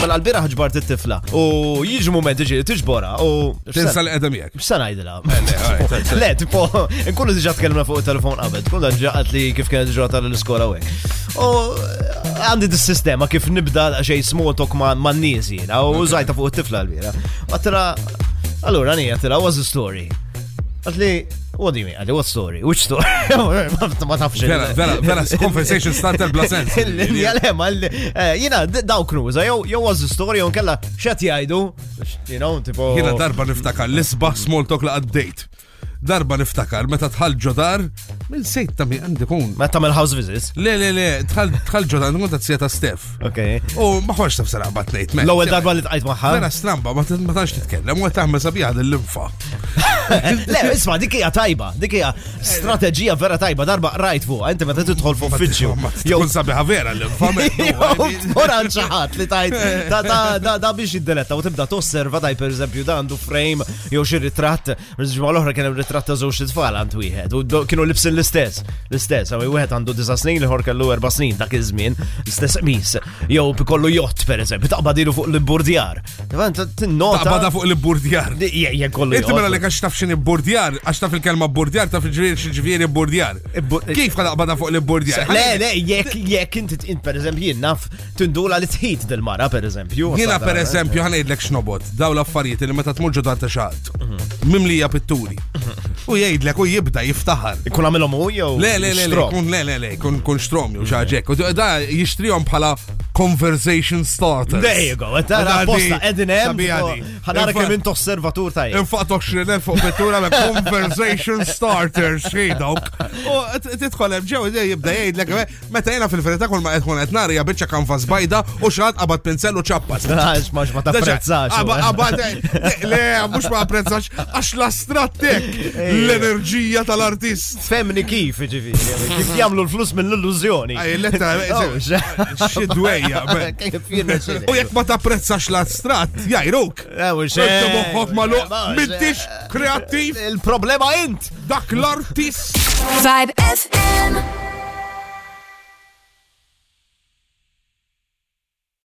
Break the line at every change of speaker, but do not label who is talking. mela l-bira ħġbart it-tifla. U jiġi moment iġi tiġbora u.
Tinsa li għedem jek.
B'sa najdila.
all right, that's it.
Le, tipo, nkunu diġa tkellimna fuq il-telefon qabel, tkun diġa għat li kif kienet diġa tal l-iskola u hekk. U għandi dis-sistema kif nibda xej small talk ma' ma' nies jiena u żajta fuq it-tifla l-bira. Għattila, allura nija tila, was the story? Għat li, what do you mean? Għat li, what story? Which story? Ma tafx.
Vera, vera, vera, conversation starter bla sens.
Il-linja lema, jina daw kruza, jew jew was the story, jew nkella xat jgħidu, you know, tipo.
Jena darba niftakar l-isba small talk la update. Darba niftakar meta tħall ġodar, minn sejt ta' mi għandi kun.
Meta mill house visits.
Le, le, le, tħall tħall ġodar, nkun ta' tsija ta' Stef.
Okay.
U ma ħoċ ta' fsara bat nejt, men.
L-ewwel darba "Ah, li tqajt
Vera
magħha.
stramba, ma t- ma tax titkellem, u għet taħmel sabiħa l-linfa.
Le, isma' dik hija tajba, dik hija strateġija vera tajba darba eh, rajt fuq, inti meta tidħol fuq uffiċċju.
Jow sabiħa vera l-linfa, men.
Ora ċaħat li tajt, da, da, da, da biex id-deletta u tibda tosserva taj per eżempju da għandu frame jew xi ritratt, ġimgħa l-oħra kien hemm ritratt ta' żewġ tfal għand wieħed u do- kienu libsin l-istess, l-istess, għawi wieħed għandu disa' snin li ħor kellu erba' snin dak iż-żmien, l-istess mis, jew kollu jott per eżempju, taqbad ilu fuq l-burdjar. Tinnota.
Taqbada fuq l-burdjar.
Jek kollu
Inti mela
jott.
li għax taf xini burdjar, għax taf il-kelma burdjar, taf il-ġviri burdjar.
Ibbu-
Kif għal għabada fuq l-burdjar?
Le, le, jekk jekk inti int per eżempju jien naf tindula li tħid del-mara per eżempju. eh?
Jena per eżempju ħanejdlek xnobot, daw l-affarijiet li meta tmurġu dar ta' xaħat. Mimlija pitturi. U jgħidlek u jibda jiftaħar.
Kun għamilhom hu jew.
Le, le, le, le,
strom?
kun le, le, le, kun kun xtrom jew xaġek. U da jishtrijom bħala conversation starters.
There you go, tara posta edin hemm. Ħadara kemm int osservatur tajjeb.
Infaq 20.000 fuq pittura me conversation starters xidok. U t- titħol hemm ġew idej jibda jgħidlek eh, meta jiena fil-verità kull ma qed tkun qed narja biċċa kanfa żbajda u xaħat qabad pinsell u ċappas.
Għax ma ma tapprezzax. u-
Qabad le mhux ma apprezzax għax l-astrattek l-enerġija tal-artist.
Femni kif, ġifiri, kif jagħmlu l-flus minn l-illużjoni.
Aj, letta,
Oh, xe-
xidwejja. be.
Kif jirna xini.
eh, U jekk ma tapprezzax l-astratt, jajruk.
Ew, xe-
Inti moħħok maluq,
Ma, xe-
m'intix kreattiv
Il-problema int!
dak l-artist.
Vibe FM.